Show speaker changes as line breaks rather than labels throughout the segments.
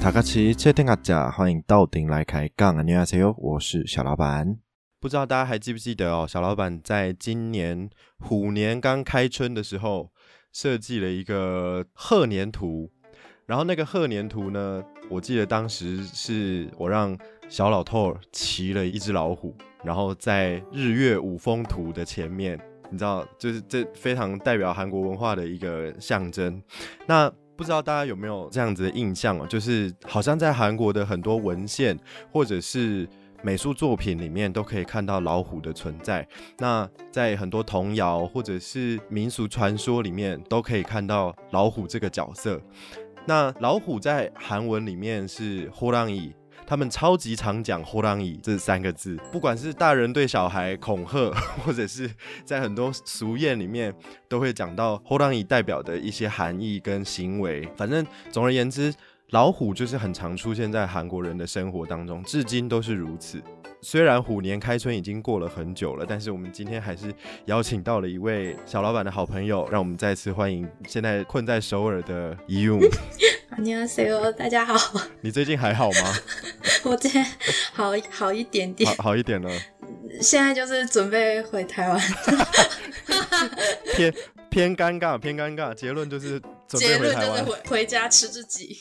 塔卡奇切天卡甲，欢迎到顶来开杠啊！你好，C O，我是小老板。不知道大家还记不记得哦？小老板在今年虎年刚开春的时候，设计了一个贺年图。然后那个贺年图呢，我记得当时是我让小老头骑了一只老虎，然后在日月五峰图的前面，你知道，就是这非常代表韩国文化的一个象征。那不知道大家有没有这样子的印象哦，就是好像在韩国的很多文献或者是美术作品里面都可以看到老虎的存在。那在很多童谣或者是民俗传说里面都可以看到老虎这个角色。那老虎在韩文里面是호랑이。他们超级常讲“호랑이”这三个字，不管是大人对小孩恐吓，或者是在很多俗谚里面都会讲到“호랑이”代表的一些含义跟行为。反正总而言之，老虎就是很常出现在韩国人的生活当中，至今都是如此。虽然虎年开春已经过了很久了，但是我们今天还是邀请到了一位小老板的好朋友，让我们再次欢迎现在困在首尔的伊用。
안녕하세요，大家好，
你最近还好吗？
我今天好好一点点，
好好一点了。
现在就是准备回台湾。
偏偏尴尬，偏尴尬。结论就是准备
结
回
论
台
就是
湾，
回回家吃自己。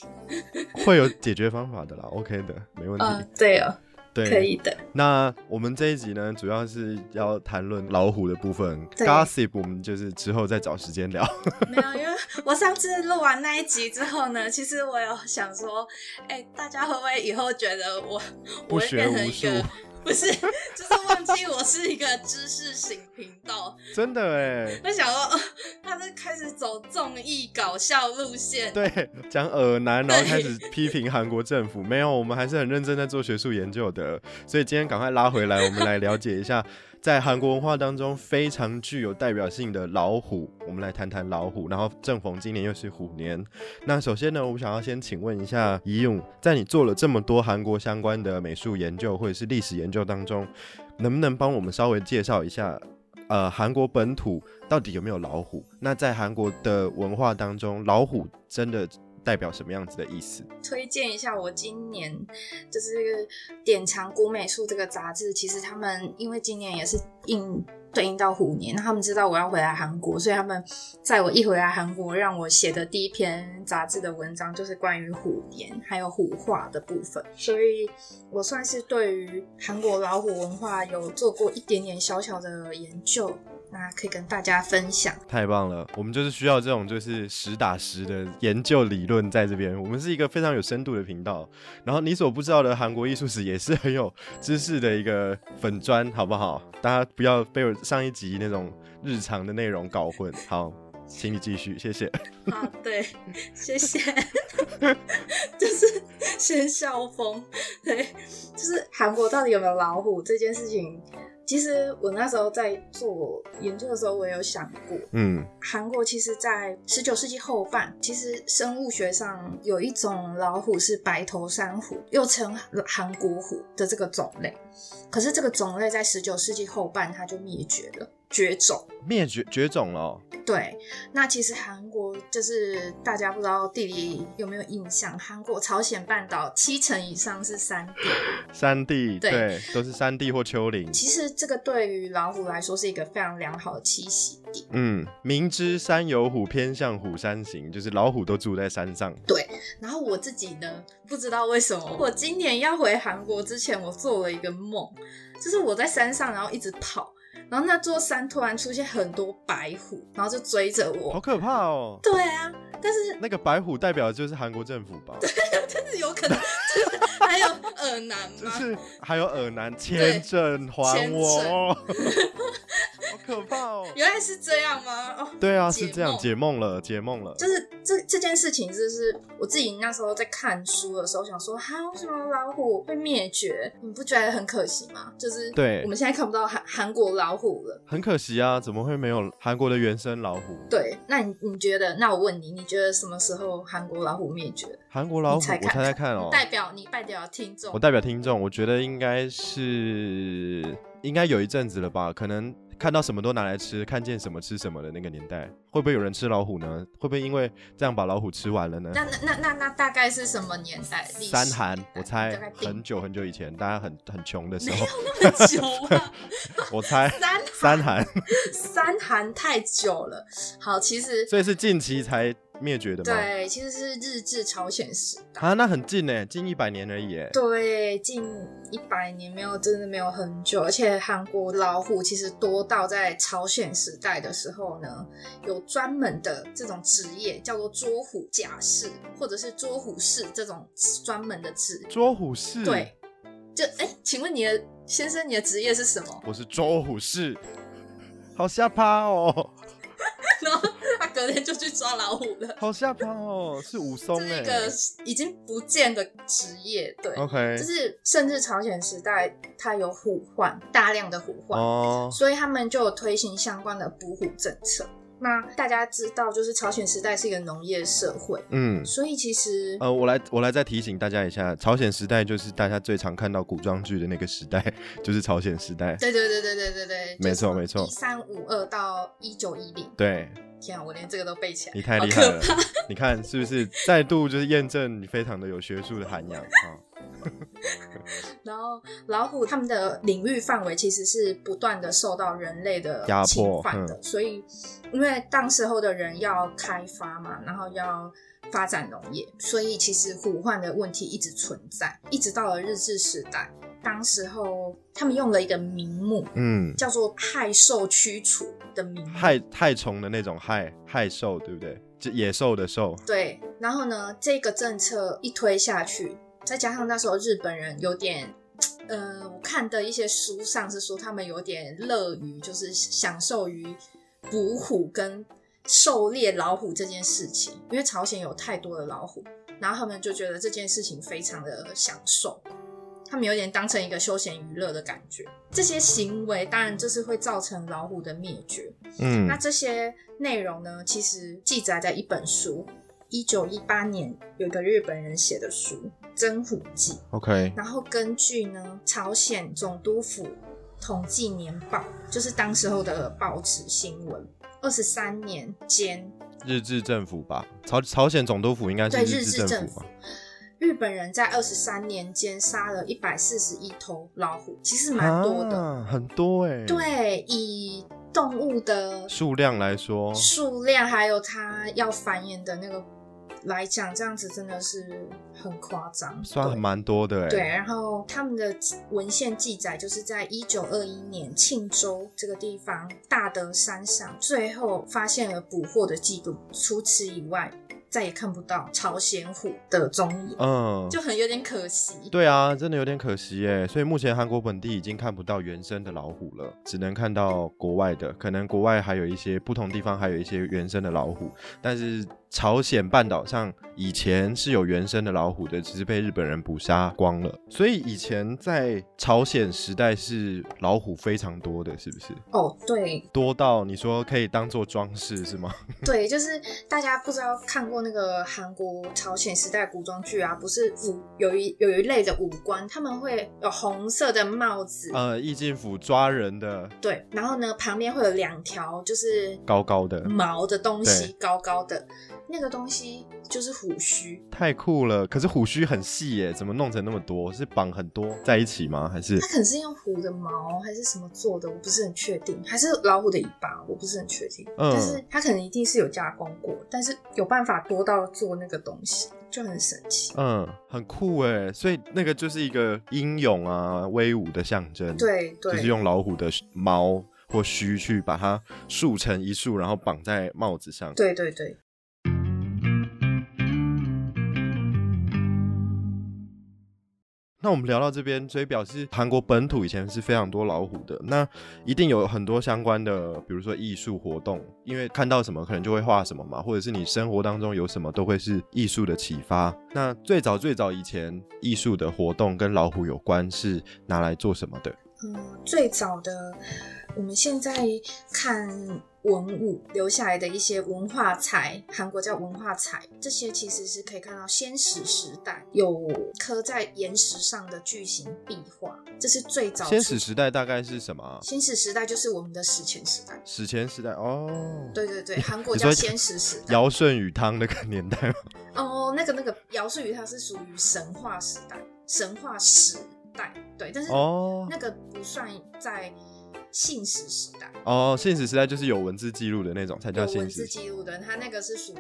会有解决方法的啦。OK 的，没问题。
嗯，对哦，
对，
可以的。
那我们这一集呢，主要是要谈论老虎的部分
对
，gossip，我们就是之后再找时间聊。
没有，因为我上次录完那一集之后呢，其实我有想说，哎、大家会不会以后觉得我
不
我会
学
变成
无
一个
术
不是，就是忘记我是一个知识型频道。
真的哎，
我想说，哦、他是开始走综艺搞笑路线。
对，讲耳男，然后
对
开始批评韩国政府。没有，我们还是很认真在做学术研究的。所以今天赶快拉回来，我们来了解一下，在韩国文化当中非常具有代表性的老虎。我们来谈谈老虎。然后正逢今年又是虎年，那首先呢，我想要先请问一下怡勇，在你做了这么多韩国相关的美术研究或者是历史研究当中，能不能帮我们稍微介绍一下，呃，韩国本土到底有没有老虎？那在韩国的文化当中，老虎真的代表什么样子的意思？
推荐一下，我今年就是典藏古美术这个杂志，其实他们因为今年也是应对应到虎年，他们知道我要回来韩国，所以他们在我一回来韩国，让我写的第一篇杂志的文章就是关于虎年还有虎画的部分，所以我算是对于韩国老虎文化有做过一点点小小的研究，那可以跟大家分享。
太棒了，我们就是需要这种就是实打实的研究理论在这边。我们是一个非常有深度的频道，然后你所不知道的韩国艺术史也是很有知识的一个粉砖，好不好？大家不要被我上一集那种日常的内容搞混。好，请你继续，谢谢。
啊，对，谢谢， 就是先笑疯，对，就是韩国到底有没有老虎这件事情，其实我那时候在做研究的时候，我也有想过，
嗯，
韩国其实，在十九世纪后半，其实生物学上有一种老虎是白头山虎，又称韩国虎的这个种类，可是这个种类在十九世纪后半它就灭绝了，绝种。
灭绝绝种了哦、
对，那其实韩国就是大家不知道地理有没有印象，韩国朝鲜半岛七成以上是山地。
山地
对
都是山地或丘陵。
其实这个对于老虎来说是一个非常良好的栖息地。
嗯，明知山有虎，偏向虎山行，就是老虎都住在山上。
然后我自己呢，不知道为什么，我今年要回韩国之前，我做了一个梦，就是我在山上，然后一直跑，然后那座山突然出现很多白虎，然后就追着
好
我。
可怕哦！
对啊， 但是
那个白虎代表的就是韩国政府 吧？
但是有可能，就是还有耳男吗？
就是还有耳男签证还
签
我，好可怕 哦！
原来是这样吗？哦，
对啊，
解
是这样，
梦
解梦了，解梦了。
就是这这件事情，就是我自己那时候在看书的时候想说，哈，为什么老虎会灭绝？你不觉得很可惜吗？就是
对
我们现在看不到韩韩国老虎了。
很可惜啊，怎么会没有韩国的原生老虎？，
对，那你你觉得？那我问你，你觉得什么时候韩国老虎灭绝？
韩国老虎，
你猜
我
看
猜猜看哦。
代表你代表听众
我，代表听众，我觉得应该是应该有一阵子了吧，可能看到什么都拿来吃，看见什么吃什么的那个年代，会不会有人吃老虎呢？会不会因为这样把老虎吃完了呢？
那那那那那大概是什么年代？历史
三韩，我
大概
猜
定
很久很久以前，大家很很穷的时
没
候
有，那么久啊，
我猜
三韩
三韩，
三韩太久了。好，其实
所以是近期才灭绝的吗？
对，其实是日治朝鲜时代，
啊，那很近呢，近一百年而已耶。
对，近一百年没有，真的没有很久。而且韩国老虎其实多到在朝鲜时代的时候呢，有专门的这种职业叫做捉虎甲士，或者是捉虎士这种专门的职。
捉虎士，
对，，就哎、请问你的先生，你的职业是什么？
我是捉虎士，好下趴哦，
然后他隔天就去抓老虎了。
好下趴哦，是武松
这是
哎
一。个已经不见的职业，对，
OK，
就是甚至朝鲜时代它有虎患，大量的虎患，
哦，
所以他们就有推行相关的捕虎政策。那大家知道，就是朝鲜时代是一个农业社会，
嗯，
所以其实、
呃，我来我来再提醒大家一下，朝鲜时代就是大家最常看到古装剧的那个时代，就是朝鲜时代。
对对对对对对对，
没错没错
一三五二到一九一零，
对
天啊，我连这个都背起来，
你太
好
厉害
可
了，你看是不 是再度就是验证你非常的有学术的涵养 啊？
然后老虎他们的领域范围其实是不断的受到人类的
压迫嗯
侵犯的，所以因为当时候的人要开发嘛，然后要发展农业，所以其实虎患的问题一直存在，一直到了日治时代，当时候他们用了一个名目
嗯，
叫做害兽驱除的名目，
害害虫的那种害害兽，对不对？就野兽的兽，
对，然后呢，这个政策一推下去，再加上那时候日本人有点，呃，我看的一些书上是说他们有点乐于就是享受于捕虎跟狩猎老虎这件事情，因为朝鲜有太多的老虎，然后他们就觉得这件事情非常的享受。他们有点当成一个休闲娱乐的感觉，这些行为当然就是会造成老虎的灭绝。
嗯
那这些内容呢，其实记载在一本书，一九一八年有一个日本人写的书《真虎记》，
，OK，
然后根据呢朝鲜总督府统计年报，就是当时候的报纸新闻，二十三年间，
日治政府吧，朝朝鲜总督府应该是
对
日
治
治
政
政
府
府嘛，。
日本人在二十三年间杀了一百四十一头老虎，其实蛮多的。
啊、很多哎、，
对，以动物的
数量来说，
数量还有它要繁衍的那个来讲，这样子真的是很夸张，
算
对
蛮多的哎、
对，然后他们的文献记载，就是在一九二一年庆州这个地方大德山上，最后发现了捕获的记录。除此以外，再也看不到朝鲜虎的踪影，
嗯，
就很有点可惜。
对啊，真的有点可惜耶。所以目前韩国本地已经看不到原生的老虎了，只能看到国外的。可能国外还有一些不同地方还有一些原生的老虎，但是朝鲜半岛上以前是有原生的老虎的，只是被日本人捕杀光了。所以以前在朝鲜时代是老虎非常多的，是不是？
哦，对，
多到你说可以当做装饰是吗？
对，就是大家不知道看过那个韩国朝鲜时代古装剧啊，不是五有一有一类的武官，他们会有红色的帽子，
呃，义进府抓人的
对，然后呢旁边会有两条就是
高高的，
毛的东西
对，
高高的那个东西就是虎须，
太酷了！可是虎须很细耶，怎么弄成那么多？是绑很多在一起吗？还是
它可能是用虎的毛还是什么做的，我不是很确定，还是老虎的尾巴，我不是很确定，
嗯
但是它可能一定是有加工过，但是有办法多到做那个东西，就很神奇。
嗯，很酷哎！所以那个就是一个英勇啊、威武的象征，，
对对，
就是用老虎的毛或须去把它束成一束，然后绑在帽子上。
对对对。
那我们聊到这边，所以表示韩国本土以前是非常多老虎的，那一定有很多相关的，比如说艺术活动，因为看到什么可能就会画什么嘛，或者是你生活当中有什么都会是艺术的启发。那最早最早以前，艺术的活动跟老虎有关是拿来做什么的？
嗯，最早的我们现在看文物留下来的一些文化财，韩国叫文化财，这些其实是可以看到先史时代有刻在岩石上的巨型壁画，这是最早
先史时代大概是什么啊？
先史时代就是我们的史前时代。
史前时代哦，
对对对，韩国
你
叫
说
先史时代。
尧舜禹汤那个 年代吗？
哦，那个那个尧舜禹它是属于神话时代，神话时代对，但是
哦
那个不算在信史时代，
哦，现实时代就是有文字记录的那种才
有
叫
文
现
字
实
记录的，它那个是属于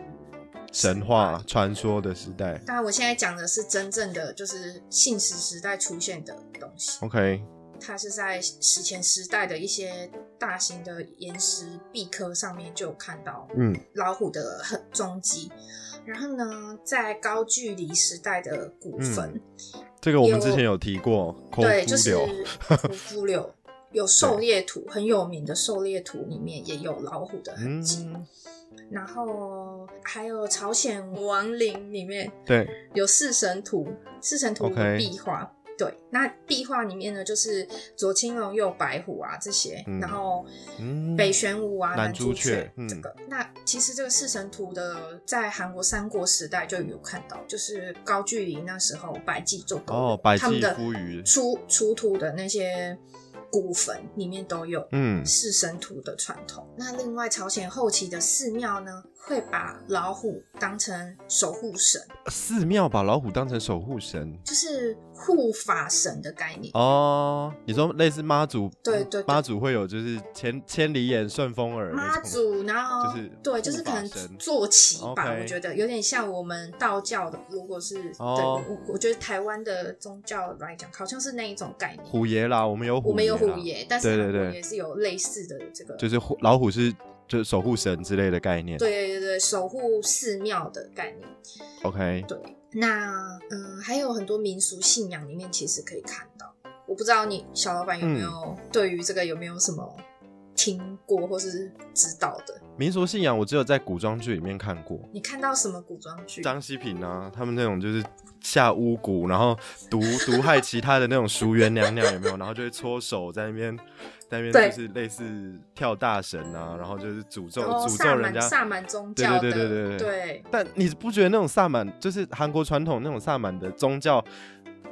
神话传说的时代。
当然，我现在讲的是真正的，就是信史时代出现的东西，
OK，
它是在史前时代的一些大型的岩石壁刻上面就有看到
嗯，
老虎的痕踪迹。然后呢，在高句丽时代的古
嗯
坟，
这个我们
有
之前有提过，抠
对，
夫
就是
柳
古夫柳有狩猎图，很有名的狩猎图里面也有老虎的痕迹。
嗯，
然后还有朝鲜王陵里面
对，
有四神图，四神图有
OK
壁画。对，那壁画里面呢，就是左青龙，右白虎啊这些，
嗯
然后
嗯
北玄武啊、
蓝
南
朱
朱
雀
雀
嗯
这个。那其实这个四神图的，在韩国三国时代就有看到，就是高句丽那时候百济做工
哦百济
他们的
夫余
出出土的那些古坟里面都有，
嗯
四神图的传统。那另外，朝鲜后期的寺庙呢，会把老虎当成守护神，
寺庙把老虎当成守护神
就是护法神的概念。
哦。你说类似妈祖，
对对对
妈祖会有就是千千里眼、顺风耳那
妈
种
祖，然后
就是
对，就是
护法
可能
神
坐骑吧
OK
我觉得有点像我们道教的，如果是、
哦
对，我我觉得台湾的宗教来讲，好像是那一种概念。
虎爷啦，我们有虎，
我们有虎，爷，但
对
是
对
韩国
对
也是有类似的这个，
就是虎老虎是就是守护神之类的概念。
对对对，守护寺庙的概念。
，OK，
对，那嗯，还有很多民俗信仰里面其实可以看到。我不知道你小老板有
嗯
没有对于这个有没有什么听过或是知道的？
民俗信仰我只有在古装剧里面看过，
你看到什么古装剧？
张希平啊，他们那种就是下巫蛊，然后毒毒害其他的那种淑媛娘娘有没有？然后就会搓手在那边，在那
对
边就是类似跳大神啊，然后就是诅咒、
哦，
诅咒
萨
人
满
家。
萨满宗教的，
对对对对对
对
但你不觉得那种萨满，就是韩国传统那种萨满的宗教，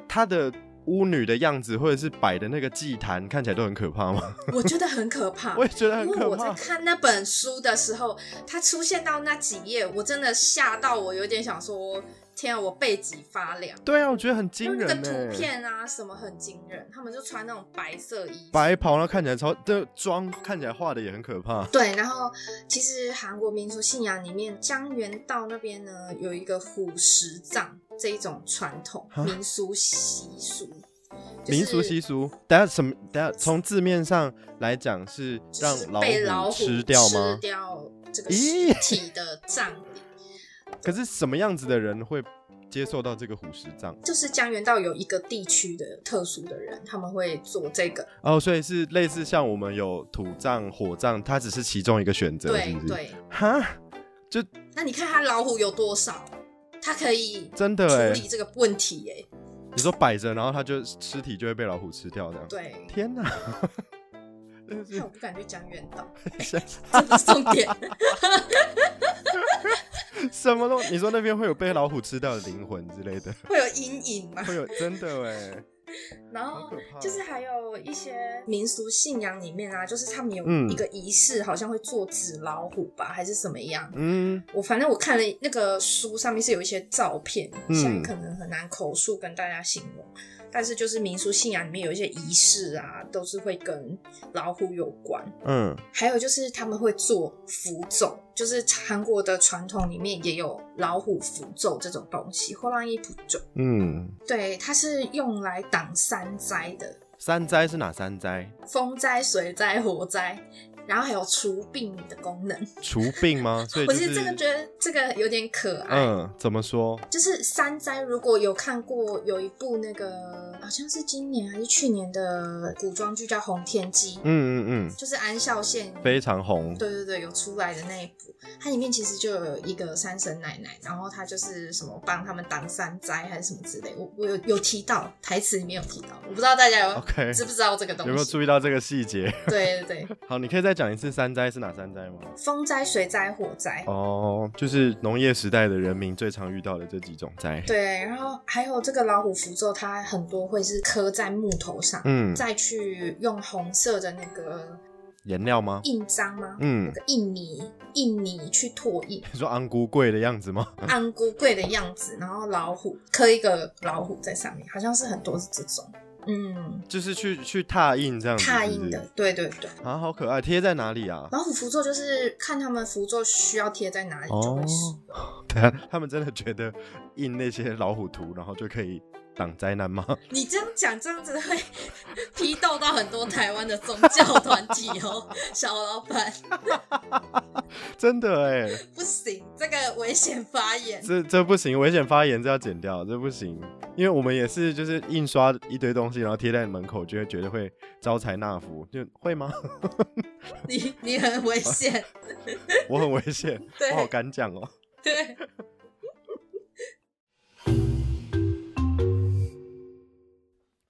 她的巫女的样子，或者是摆的那个祭坛，看起来都很可怕吗？
我觉得很可怕
我。也觉得很
因为
可
啊哦我在
怕。
看那本书的时候，它出现到那几页，我真的吓到我，有点想说：天啊，我背脊发凉。
对啊，我觉得很
因
惊
为那
人
个
呢、
图片啊，什么很惊人，他们就穿那种白色衣服，
白袍，然后看起来超，这妆看起来画的也很可怕。
对，然后其实韩国民俗信仰里面，江原道那边呢有一个虎石葬这一种传统
啊
民俗习俗，就是、
民俗习俗，等下什么？等下从字面上来讲是让
就是
老
被老
虎
虎
吃掉
吃
吗？
掉这个
咦
尸体的葬礼，
可是什么样子的人会接受到这个虎食葬？
就是江原道有一个地区的特殊的人，他们会做这个，
哦，所以是类似像我们有土葬、火葬，它只是其中一个选择，是
对
不是？
对。
哈，
那你看他老虎有多少，他可以
真的哎
处、理这个问题耶、
你说摆着，然后它就尸体就会被老虎吃掉，这样。
对，
天哪！ 真的是
害我不敢去江原 道，
吓
这不是重点。
什么东？你说那边会有被老虎吃掉的灵魂之 类的，
会有阴影吗？
会有真的哎，
然
好
后
可怕。哦
就是还有一些民俗信仰里面啊，就是他们有
嗯
一个仪式，好像会做纸老虎吧，还是什么样？
嗯，
我反正我看了那个书上面是有一些照片，
嗯
现在可能很难口述跟大家形容，但是就是民俗信仰里面有一些仪式啊，都是会跟老虎有关。
嗯，
还有就是他们会做符咒，就是韩国的传统里面也有老虎符咒这种东西，或让一符咒，
嗯，
对，它是用来挡山灾的。
三灾是哪三灾？
风灾、水灾、火灾，然后还有除病的功能。
除病吗？所以就
我其实这个觉得这个有点可爱。
嗯，怎么说？
就是山灾，如果有看过有一部那个好像是今年还是去年的古装剧叫《红天机》，
嗯嗯
就是安孝燮
嗯，非常红。
对对对，有出来的那一部，它里面其实就有一个三婶奶奶，然后她就是什么帮他们挡山灾还是什么之类，我我有有提到台词里面有提到，我不知道大家有
OK，
知不知道这个东
有没有
西？
注意到这个细节？
对对对，
好，你可以再讲一次山灾是哪三灾吗？
风灾、水灾、火 灾。
哦，就是农业时代的人民最常遇到的这几种灾。
对，然后还有这个老虎符咒，它很多会是刻在木头上，
嗯，
再去用红色的那个
颜料吗？
印章吗？
嗯
那，个印泥印泥去拓印，
你说昂咕贵的样子吗？
安菇贵的样子，然后老虎刻一个老虎在上面，好像是很多是这种，嗯，
就是去去拓印这样子
拓
是不
印
是
的，哦对对对。
啊，好可爱，贴在哪里啊？
老虎符咒就是看他们符咒需要贴在哪里就
哦
会使用，
他 他们真的觉得印那些老虎图，然后就可以挡灾难吗？
你这样讲这样子会 批斗到很多台湾的宗教团体哦，小老板
真的哎，
不行，这个危险发 言。
这这不行，危险发言这要剪掉，这不行，因为我们也是就是印刷一堆东西，然后贴在门口，就会觉得会招财纳福，就会吗？
你你很危 险，
我很危 险，
对
我好敢讲哦。
对，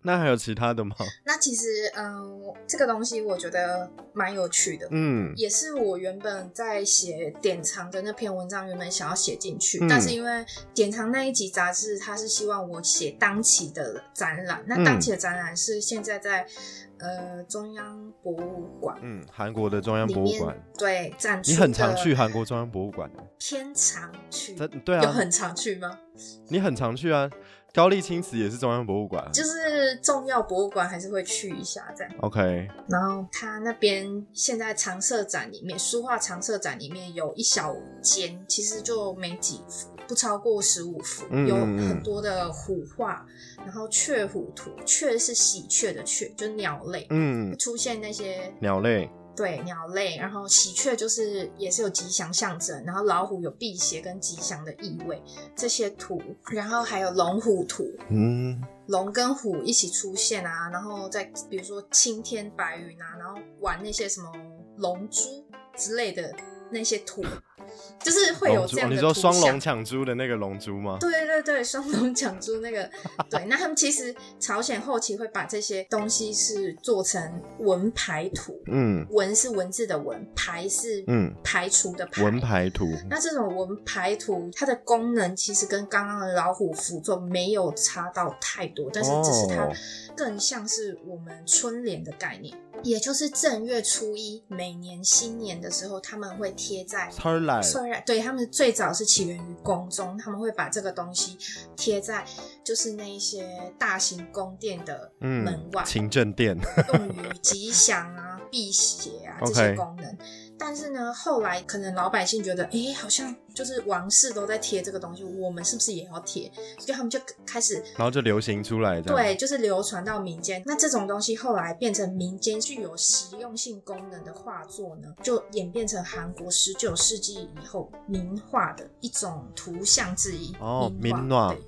那还有其他 的吗？
那其实，嗯，这个东西我觉得蛮有趣的，
嗯
也是我原本在写典藏的那篇文章，原本想要写进去，
嗯
但是因为典藏那一集杂志，它是希望我写当期的展览，那
嗯
当期的展览是现在在呃中央博物馆
嗯，韩国的中央
里
博物
面
馆，
对展出
你
的
很常去韩国中央博物馆，
偏常去，
真对
有
啊，
很常去吗？
你很常去啊。高丽青瓷也是中央博物馆
就是重要博物馆还是会去一下这样。
，OK，
然后它那边现在常设展里面，书画常设展里面有一小间，其实就没几幅，不超过十五幅，
嗯
有
嗯嗯
很多的虎画，然后雀虎图，雀是喜鹊的雀，就是鸟类，
嗯
会，出现那些
鸟类，
对鸟类，然后喜鹊就是也是有吉祥象征，然后老虎有辟邪跟吉祥的意味，这些图，然后还有龙虎图，
嗯，
龙跟虎一起出现啊，然后再比如说青天白云啊，然后玩那些什么龙珠之类的那些图，就是会有
龙珠
这，样
哦
的、
你说双龙？抢珠的那个龙珠吗？
对对对，双龙 抢珠那个，对，那他们其实朝鲜后期会把这些东西是做成文牌图，
嗯
文是文字的文，牌是
嗯，
排除的排。
文牌 图，
那这种文牌图，它的功能其实跟刚刚的老虎符咒没有差到太多，但是只是它
哦
更像是我们春联的概念，也就是正月初一每年新年的时候，他们会贴在。
村儿来，
虽然对他们最早是起源于宫中，他们会把这个东西贴在就是那一些大型宫殿的门
嗯
外，，
勤政殿，
用于吉祥啊、辟邪啊这些
OK
功能。但是呢，后来可能老百姓觉得，哎、好像就是王室都在贴这个东西，我们是不是也要贴？所以他们就开始
然后就流行出来这样，
对，就是流传到民间。那这种东西后来变成民间具有实用性功能的画作呢，就演变成韩国十九世纪以后名画的一种图像之一。
哦
名
名画
画对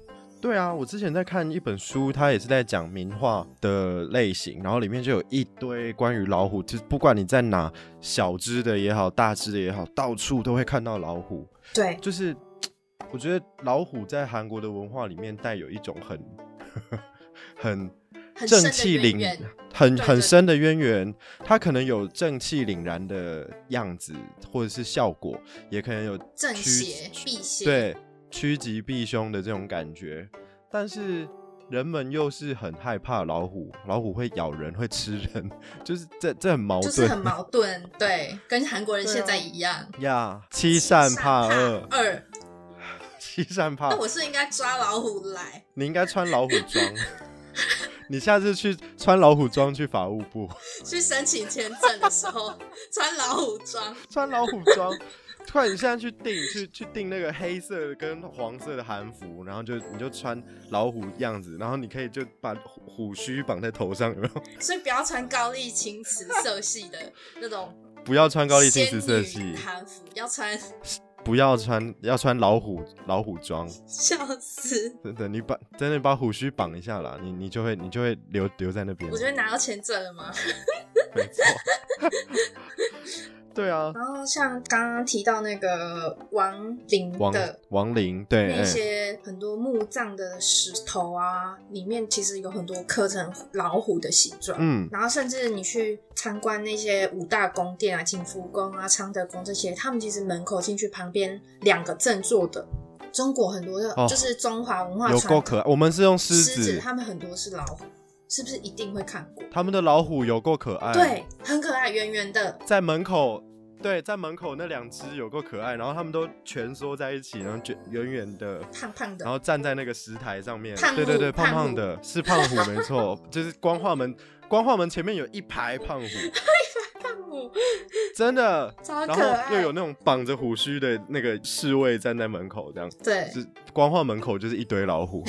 对啊，我之前在看一本书，它也是在讲名画的类型，然后里面就有一堆关于老虎，就是不管你在哪，小只的也好，大只的也好，到处都会看到老虎。
对，
就是我觉得老虎在韩国的文化里面带有一种很很
很
正
深的
气
渊
凛
源，
很
对
很
对
深的渊源，它可能有正气凛然的样子，或者是效果，也可能有
正
趋
邪辟邪，，
对趋吉避凶的这种感觉，但是人们又是很害怕老虎，老虎会咬人，会吃人，就是这这很矛
就是
盾
很矛盾，对，跟韩国人
对啊
现在一样。
呀。欺善怕恶，
二，
欺善怕
那。我是应该抓老虎来，
你应该穿老虎 装，你下次去穿老虎装去法务部，
去申请签证的时候穿老虎装，
穿老虎装。快，你现在去订，去去订那个黑色的跟黄色的韩服，然后就你就穿老虎样子，然后你可以就把虎虎须绑在头上，有没有？
所以不要穿高丽青瓷色系的那种
不要穿高丽青瓷色
仙
系
女，韩服，要穿
不要穿，要穿老虎老虎装，
笑死！
真的，你把真的把虎须绑一下啦，你你就会你就会留留在那边。
我觉得拿到签证了吗？
没错。对 啊，
然后像刚刚提到那个王陵
王哎
的
王陵对
那
哎
些很多墓葬的石头啊，里面其实有很多刻成老虎的形状。
嗯
然后甚至你去参观那些五大宫殿啊，景福宫啊、昌德宫这些，他们其实门口进去旁边两个正坐的，中国很多的，
哦
就是中华文化
有
传
够
统
可爱。我们是用狮
狮
子，
他们很多是老虎，是不是一定会看过？
他们的老虎有够可爱。，
对，很可爱，圆圆的，
在门口，对，在门口那两只有够可爱，然后他们都蜷缩在一起，然后卷圆圆的。
胖胖
然
的，
后站在那个石台上面
胖，虎
对对对，胖
胖
胖
虎
的，是胖虎，没错， 就是光化门，光化门前面有一排胖虎，
胖虎
真 的，
超
然
可
后
爱。
又有那种绑着胡须的那个侍卫站在门口，这样，
对
是光化门口就是一堆老 虎，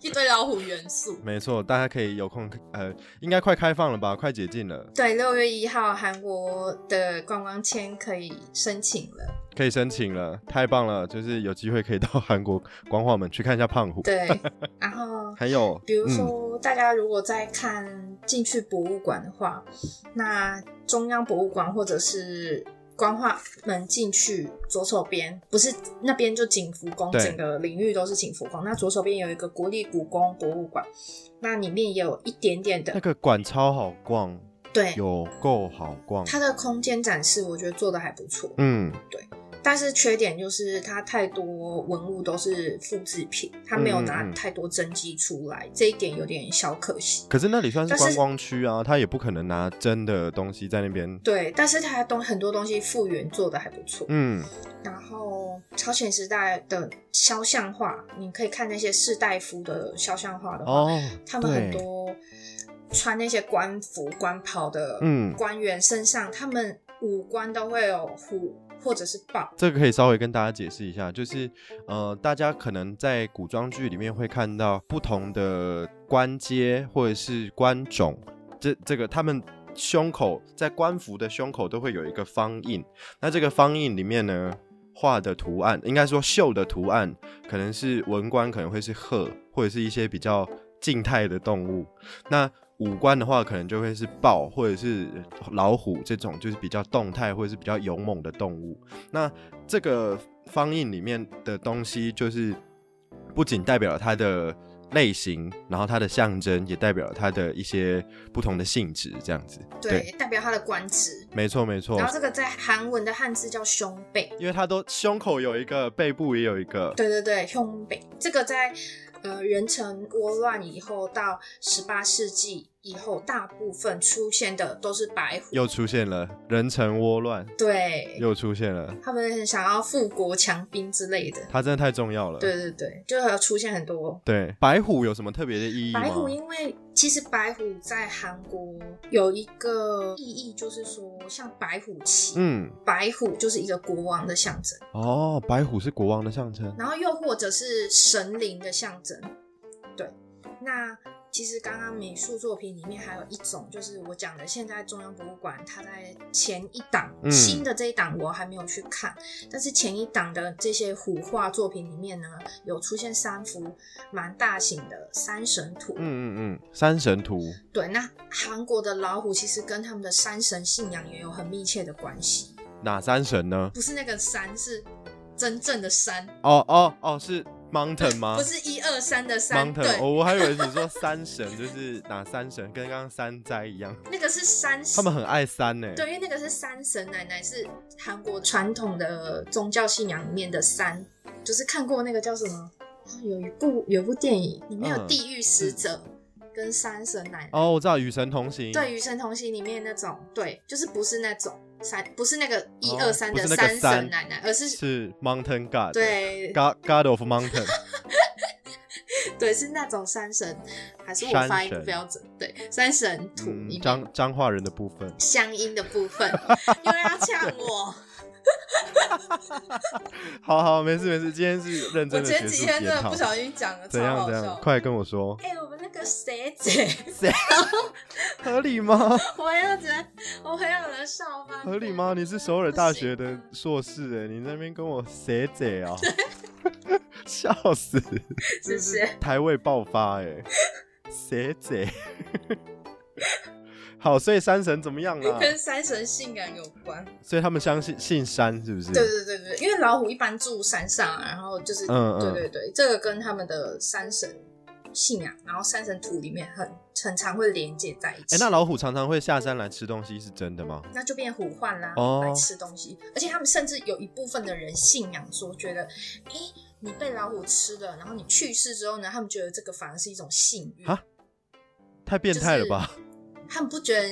一堆老虎元素。
没错，大家可以有空，呃，应该快开放了吧，快解禁了，
对，六月一号韩国的观光签可以申请了。
可以申请了，太棒了，就是有机会可以到 韩国光化门去看一下胖虎，
对，然后
还有，
比如
嗯、
说大家如果在看进去博物馆的话，那中央博物馆或者是。光化门进去左手边不是那边就景福宫，
对
整个领域都是景福宫。那左手边有一个国立故宫博物馆，那里面也有一点点
那
的
个馆超好逛，
对
有够好逛，
它的空间展示，我觉得做的还不错。
嗯，
但是缺点就是它太多文物都是复制品，它没有拿
嗯嗯嗯
太多真迹出来，这一点有点小可惜。
可是那里算是
但是
观光区啊，他也不可能拿真的东西在那边，
对，但是它东很多东西复原做的还不错。
嗯，
然后朝鲜时代的肖像画，你可以看那些士大夫的肖像画的话，
哦，
他们很
对
多穿那些官服、官袍的
嗯
官员身上，他们五官都会有虎或者是豹。
这个可以稍微跟大家解释一下，就是呃，大家可能在古装剧里面会看到不同的官阶或者是官种，这这个他们胸口在官服的胸口都会有一个方印，那这个方印里面呢画的图案，应该说绣的图案，可能是文官可能会是鹤，或者是一些比较静态的动物，那。五官的话，可能就会是豹或者是老虎这种，就是比较动态或者是比较勇猛的动物。那这个方印里面的东西，就是不仅代表了它的类型，然后它的象征，也代表了它的一些不同的性质，这样子。
对，代表他的官职。
没错没错
然，后这个在韩文的汉字叫胸背，
因为它都胸口有一个，背部也有一个。
对对对，胸背这个在呃人城倭乱以后到十八世纪以后，大部分出现的都是白虎。
又出现了人城倭乱，
对，
又出现了，
他们很想要富国强兵之类的。
它真的太重要了。
对对对，就还有出现很多
对白虎有什么特别的意义吗？
白虎，因为其实白虎在韩国有一个意义，就是说像白虎旗，
嗯，
白虎就是一个国王的象征。
哦，白虎是国王的象征。
然后又或者是神灵的象征。对，那其实刚刚美术作品里面还有一种，就是我讲的，现在中央博物馆它在前一档、
嗯
新的这一档我还没有去看，但是前一档的这些虎画作品里面呢，有出现三幅蛮大型的山神图。
嗯嗯嗯，山神图，
对，那韩国的老虎其实跟他们的山神信仰也有很密切的关系，
哪山神呢？
不是那个山，是真正的山，
哦哦哦，是 mountain 吗？
不是一二三的山，对
啊 mountain，、哦、我还以为你说山神，就是哪山神，跟刚刚山灾 一样，
那个是山神，
他们很爱山呢、
对，因为那个是山神奶奶，是韩国传统的宗教信仰里面的山，就是看过那个叫什么，有一部有一部电影里面有
嗯
地狱使者跟山神奶奶，
哦，我知道，与神同行。
对《与神同行》里面那种，对，就是不是那种山，不是那个一
哦
二三
不
的
是那个
山
山
神奶奶，而是
是 mountain god。
对
，god god of mountain。
对是那种山神，还是我
山
发音不
神
标准？对，山神图
嗯
里面
彰彰化人的部分，
乡音的 部分又要呛我。
好好，没事没事，今天是认
我
真的
前
学
几
术
天真
检
的
讨
不。小心讲了，
怎
超
样
好
怎
笑
样？。快跟我说。
哎、我们那个谁姐，
合理吗？
我要觉得我很有人上班，
合理吗？你是首尔大学的硕士哎、你那边跟我谁姐 啊？笑死！
谢谢。
台位爆发哎、谁姐？好，所以山神怎么样 啦？
跟山神性感有关。
所以他们相信信山是不是？
对对对对，因为老虎一般住山上啊，然后就是，
嗯嗯
对对对，这个跟他们的山神信仰，然后山神图里面很很常会连接在一起。
哎、那老虎常常会下山来吃东西，是真的吗？
那就变虎患啦，
哦
来吃东西。而且他们甚至有一部分的人信仰说，觉得，诶，你被老虎吃了，然后你去世之后呢，他们觉得这个反而是一种幸运，
啊太变态了吧！
他们不觉得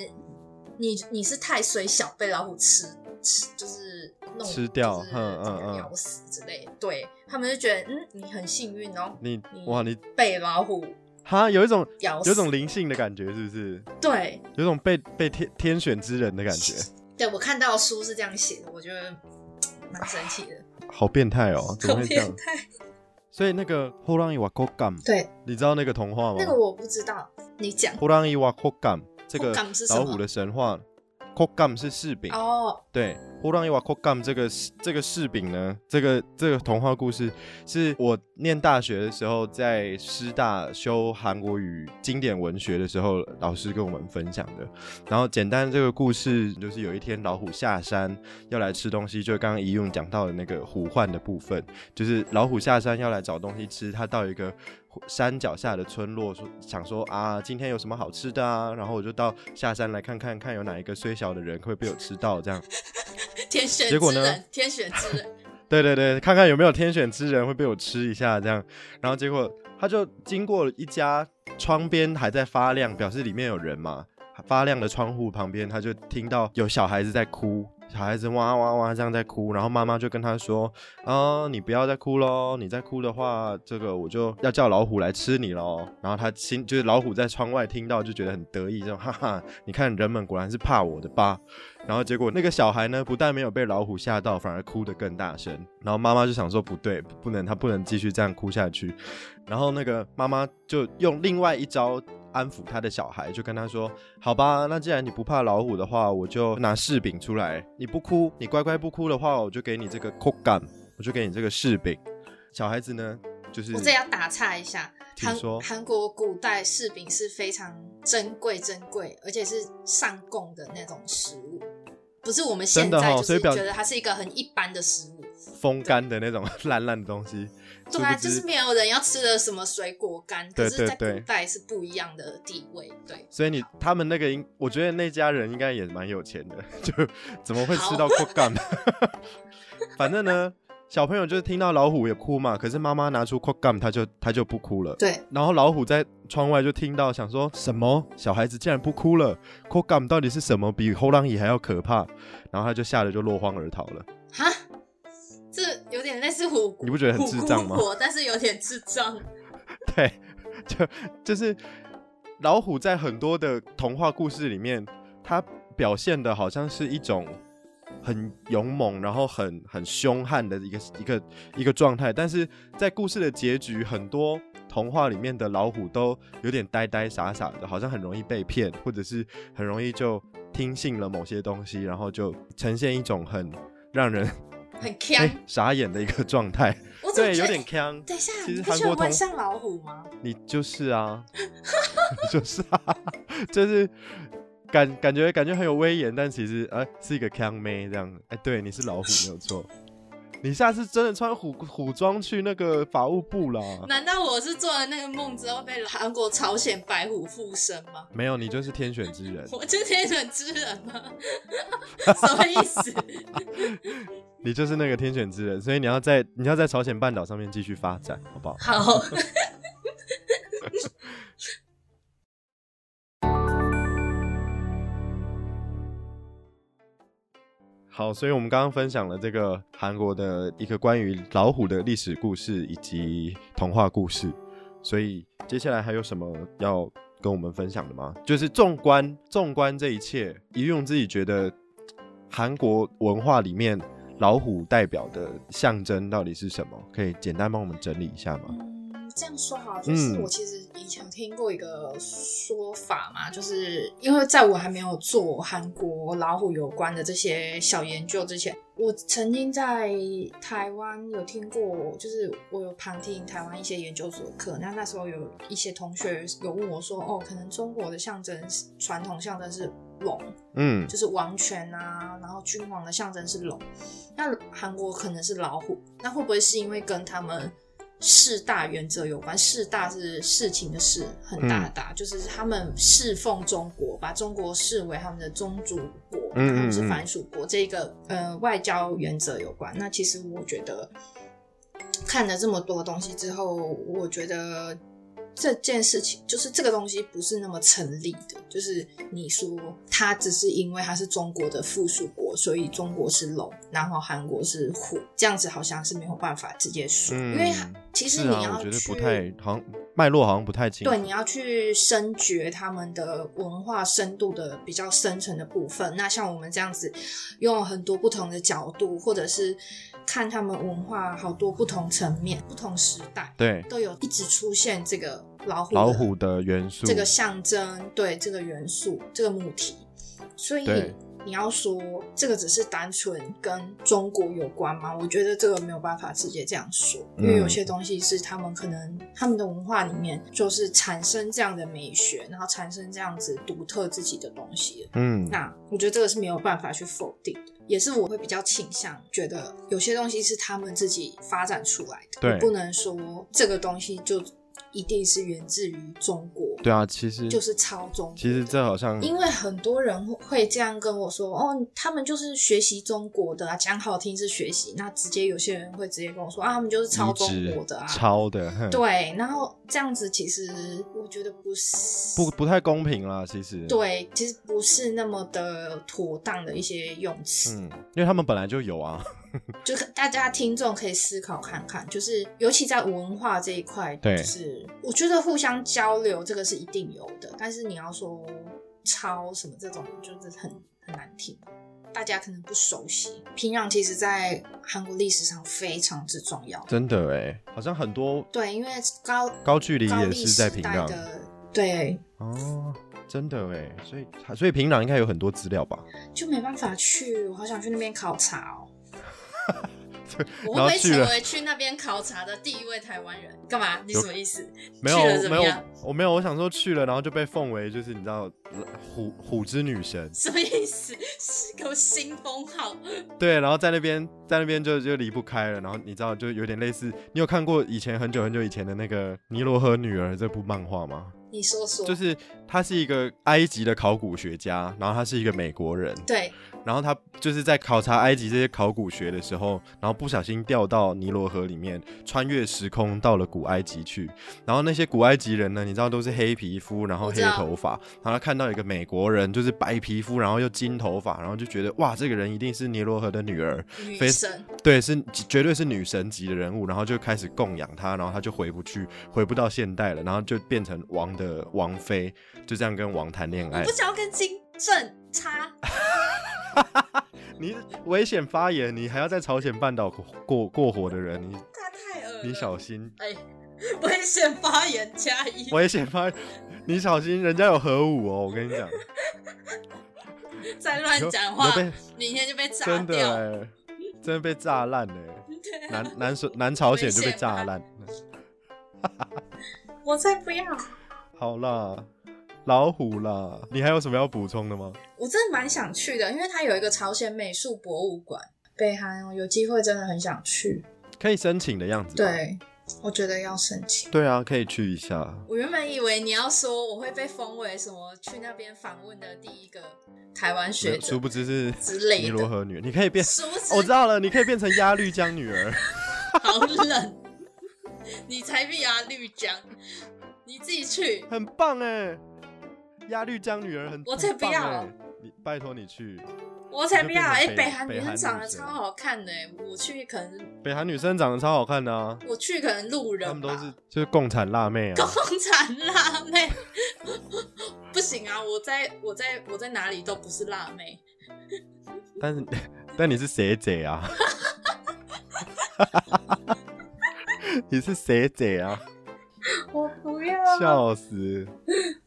你你是太水小被老虎吃吃就是弄
吃掉
就是
嗯嗯嗯
咬死之类的，对他们就觉得嗯你很幸运哦，
你
你
哇，你
被老虎
哈有一种
咬死，
有一种灵性的感觉，是不是？
对
有一种被被天天选之人的感 觉，
对，我看到书是这样写的，我觉得嘖蛮神奇
啊
的，
好变态哦！怎么
好
会这样
变？态。
所以那个 h o r a n i w a k o g a m
对，
你知道那个童话吗？
那个我不知道，你讲
h o r a n i w a k o g a m 这个
Kokam 是什么
老虎的神话 k o g a m 是柿饼，
哦，
对 h o r a n i w a k o g a m 这个这个柿饼呢，这个这个童话故事是我念大学的时候在师大修韩国语经典文学的时候，老师跟我们分享的。然后简单这个故事就是有一天老虎下山要来吃东西，就刚刚一用讲到的那个虎患的部分，就是老虎下山要来找东西吃，它到一个山脚下的村落，说想说啊，今天有什么好吃的啊？然后我就到下山来看看，看有哪一个虽小的人会被我吃到这样。
天选
结果
之
呢
人，天选之人，
对对对，看看有没有天选之人会被我吃一下这样。然后结果他就经过一家窗边还在发亮，表示里面有人嘛，发亮的窗户旁边，他就听到有小孩子在哭。小孩子哇哇哇这样在哭，然后妈妈就跟他说：“啊、你不要再哭喽，你再哭的话，这个我就要叫老虎来吃你喽。”然后他心就是老虎在窗外听到就觉得很得意，这种哈哈，你看人们果然是怕我的吧。然后结果那个小孩呢，不但没有被老虎吓到，反而哭得更大声。然后妈妈就想说不对，不能，他不能继续这样哭下去。然后那个妈妈就用另外一招安抚他的小孩，就跟他说：“好吧，那既然你不怕老虎的话，我就拿柿饼出来。你不哭，你乖乖不哭的话，我就给你这个 c o k 我就给你这个柿饼。”小孩子呢， 就是
我这要打岔一下，
请
韩
说
韩国古代柿饼是非常珍贵珍贵，而且是上供的那种食物，不是我们现
真的
在
哦
就
所以
是
表
觉得它是一个很一般的食物。
风干的那种 烂烂的东西。
对啊，
殊不知
就是没有人要吃的什么水果干，可
对
是，在
对
古
对
代是不一样的地位。对，
所以你他们那个应，我觉得那家人应该也蛮有钱的， 就怎么会吃到 c o g 反正呢，小朋友就是听到老虎也哭嘛，可是妈妈拿出 c o g 他就他就不哭了。
对，
然后老虎在窗外就听到，想说什么小孩子竟然不哭了 c o g 到底是什么？比后浪蚁还要可怕。然后他就吓得就落荒而逃了。
哈，这有点类似虎，
你不觉得很智障吗
虎姑婆但是有点智障。
对，就就是老虎在很多的童话故事里面，它表现的好像是一种很勇猛，然后很很凶悍的一个一个一个状态，但是在故事的结局，很多童话里面的老虎都有点呆呆傻傻的，好像很容易被骗，或者是很容易就听信了某些东西，然后就呈现一种很让人
很
哎、
强，
傻眼的一个状态，
我怎么
对，
觉
有
得
点呛。
等一下，
其
你
实
不
韩
觉
国
得我
童
很像老虎吗？
你就是啊， 你就是啊， 就是感感觉感觉很有威严，但其实哎、是一个康妹这样。哎、对，你是老虎没有错。你下次真的穿虎虎装去那个法务部啊啦？
难道我是做了那个梦之后被韩国、朝鲜白虎附身吗？
没有，你就是天选之人，
我就是天选之人吗？ 什么意思？
你就是那个天选之人，所以你要在你要在朝鲜半岛上面继续发展，好不好？
好，
好，所以我们刚刚分享了这个韩国的一个关于老虎的历史故事以及童话故事，所以接下来还有什么要跟我们分享的吗？就是纵观纵观这一切，一用自己觉得韩国文化里面老虎代表的象征到底是什么？可以简单帮我们整理一下吗？
嗯，这样说好了，就是
嗯
我其实以前有听过一个说法嘛，就是因为在我还没有做韩国老虎有关的这些小研究之前，我曾经在台湾有听过，就是我有旁听台湾一些研究所的课，那那时候有一些同学有问我说，哦，可能中国的象征是传统象征是龙，
嗯
就是王权啊，然后君王的象征是龙，那韩国可能是老虎，那会不会是因为跟他们事大原则有关？事大是事情的事，很大的大，
嗯
就是他们侍奉中国，把中国视为他们的宗主国，
嗯嗯
他们是藩属国，这一个呃外交原则有关。那其实我觉得看了这么多东西之后，我觉得。这件事情就是这个东西不是那么成立的，就是你说它只是因为它是中国的附属国，所以中国是龙，然后韩国是虎，这样子好像是没有办法直接说，
嗯
因为其实
是
你
啊，
要
我觉得
去、
不太好像脉络好像不太清楚。
对，你要去深掘他们的文化深度的比较深层的部分。那像我们这样子，用很多不同的角度，或者是看他们文化好多不同层面、不同时代，
对
都有一直出现这个老虎的
老虎的元素，
这个象征，对这个元素，这个母题，所以
对
你要说这个只是单纯跟中国有关吗？我觉得这个没有办法直接这样说，因为
嗯
有些东西是他们可能他们的文化里面就是产生这样的美学，然后产生这样子独特自己的东西。
嗯
那我觉得这个是没有办法去否定的，也是我会比较倾向觉得有些东西是他们自己发展出来的，
对
我不能说这个东西就一定是源自于中国，
对啊，其实
就是超中国。
其实这好像
因为很多人会这样跟我说，哦，他们就是学习中国的啊，讲好听是学习，那直接有些人会直接跟我说啊，他们就是抄
移
中
植
国的啊，
抄的，哼
对，然后这样子其实我觉得不是
不不太公平啦，其实。
对，其实不是那么的妥当的一些用词，
嗯，因为他们本来就有啊，
就是大家听众可以思考看看，就是尤其在文化这一块，
对
就是我觉得互相交流这个是一定有的，但是你要说抄什么这种，就是很很难听。大家可能不熟悉，平壤其实在韩国历史上非常之重要。
真的哎，好像很多
对，因为高
高距离
高
也
丽
是在
时
平
代
壤
的，对，
哦，真的哎，所以所以平壤应该有很多资料吧？
就没办法去，我好想去那边考察 哦。我会
然
不
后
会
去
成
了
为去那边考察的第一位台湾人？干嘛？你什么意思？
没有
去了怎
没
么
有
样？
我没有，我想说去了，然后就被奉为就是你知道虎虎之女神，
什么意思？是个新封号？
对，然后在那边在那边就就离不开了，然后你知道就有点类似，你有看过以前很久很久以前的那个《尼罗河女儿》这部漫画吗？
你说说，
就是他是一个埃及的考古学家，然后他是一个美国人，
对
然后他就是在考察埃及这些考古学的时候，然后不小心掉到尼罗河里面，穿越时空到了古埃及去。然后那些古埃及人呢，你知道都是黑皮肤，然后
我
黑
知道
头发。然后他看到一个美国人，就是白皮肤，然后又金头发，然后就觉得哇，这个人一定是尼罗河的女儿，
女
非
神，
对，是绝对是女神级的人物，然后就开始供养她，然后她就回不去，回不到现代了，然后就变成王的王妃，就这样跟王谈恋
我
爱
不。想要跟金正差。
你危险发言，你还要在朝鲜半岛过过过火的人，你
他太恶了。
你小心
哎，危险发言加一。
危险发，你小心人家有核武哦，我跟你 讲，
再乱讲
有
话
有被，
明天就被炸
真的
掉。
哎、真的被炸烂哎、
对啊
南南南朝鲜就被炸烂。
我才不要！
好啦，老虎啦，你还有什么要补充的吗？
我真的蛮想去的，因为它有一个朝鲜美术博物馆。北韩，哦我有机会真的很想去。
可以申请的样子吧。
对，我觉得要申请。
对啊，可以去一下。
我原本以为你要说我会被封为什么去那边访问的第一个台湾
没
学
有殊
者
不知是
之类
尼
的，
罗河女儿，你可以变。
殊不
我
知
知道了，你可以变成鸭绿江女儿。
好冷，你才被牙绿浆，你自己去。
很棒哎，鸭绿江女儿很，
我才
很棒
不要
哎！你拜托你去，
我才不要！哎、
你就变成北
北韩女
北韩
生
女
长得
生
超好看的、哎我去可能
北韩女生长得超好看的啊，
我去可能路
她
人
们
吧，
都 是就是共产辣妹啊，
共产辣妹，不行啊！我在我在我在哪里都不是辣妹，
但是但你是谁姐 啊？你是谁姐啊？笑死！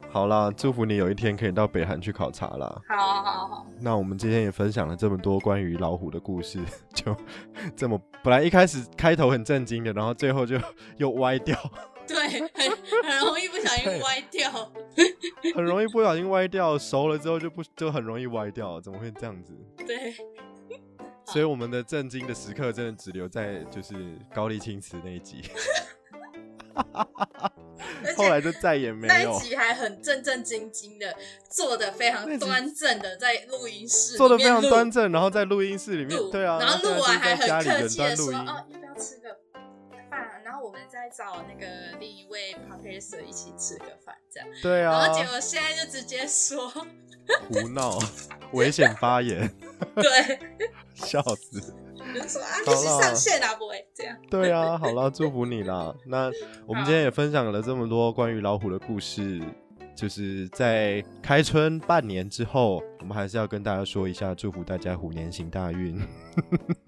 好啦，祝福你有一天可以到北韩去考察啦。
好好好好，
那我们今天也分享了这么多关于老虎的故事， 就这么本来一开始开头很震惊的，然后最后就又歪掉，
对，很很容易不小心歪掉。
很容易不小心歪掉，熟了之后就不 就很容易歪掉，怎么会这样子？
对，
所以我们的震惊的时刻真的只留在就是高丽青瓷那一集，
而
后来
且
就再也没
那
有
一集还很正正经经的，做的非
那一
常
集
端正的，在录音室
做的
里
非
面
常
录
端正，然后在录音室里面
录，，
对啊，
然后
现在
录完
就是
还
在家
很
里
客
远
气的
端录
说：“
音，
哦，要不要吃个饭？”啊然后我们再找那个另一位 podcaster 一起吃个饭，这样。
对
然后结
啊，
果现在就直接说，
胡闹，危险发言，
对，
笑死。
就说啊，就是上线啊，不会这样。
对啊，好啦，祝福你啦。那我们今天也分享了这么多关于老虎的故事，就是在开春半年之后，我们还是要跟大家说一下，祝福大家虎年行大运。
嗯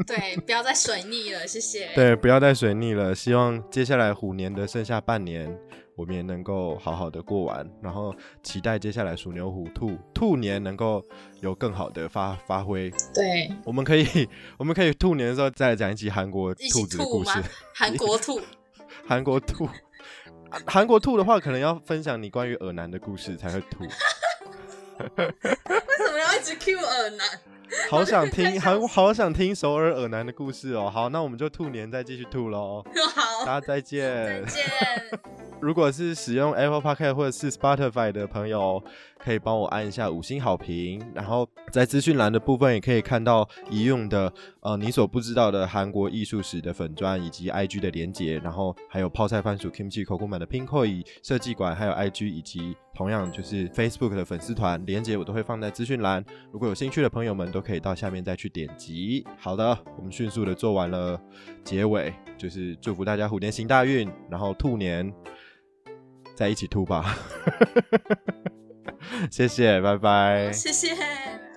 对，不要再水逆了，谢谢。
对，不要再水逆了。希望接下来虎年的剩下半年，我们也能够好好的过完，然后期待接下来鼠牛虎兔兔年能够有更好的发发挥。
对，
我们可以， 我们可以兔年的时候再来讲一集韩国
一起
兔子的
吐
故
吗
事。？
韩国 吐，
韩国兔， 啊韩国兔的话，可能要分享你关于耳男的故事才会 吐。
为什么要一直 Q 耳男？
好想
太
听
想
韩，
死
好想听首尔耳男的故事哦。好，那我们就兔年再继续吐喽，大
好，
家再
再
见。
见。
如果是使用 Apple Podcast 或者是 Spotify 的朋友，可以帮我按一下五星好评，然后在资讯栏的部分也可以看到一用的呃你所不知道的韩国艺术史的粉砖以及 IG 的连接，然后还有泡菜番薯 Kimchi k o k u m a 的 Pinkoi 设计馆，还有 IG 以及同样就是 Facebook 的粉丝团连接，我都会放在资讯栏。如果有兴趣的朋友们，都可以到下面再去点击。好的，我们迅速的做完了结尾，就是祝福大家虎年行大运，然后兔年在一起吐吧。谢谢，拜拜。
谢谢。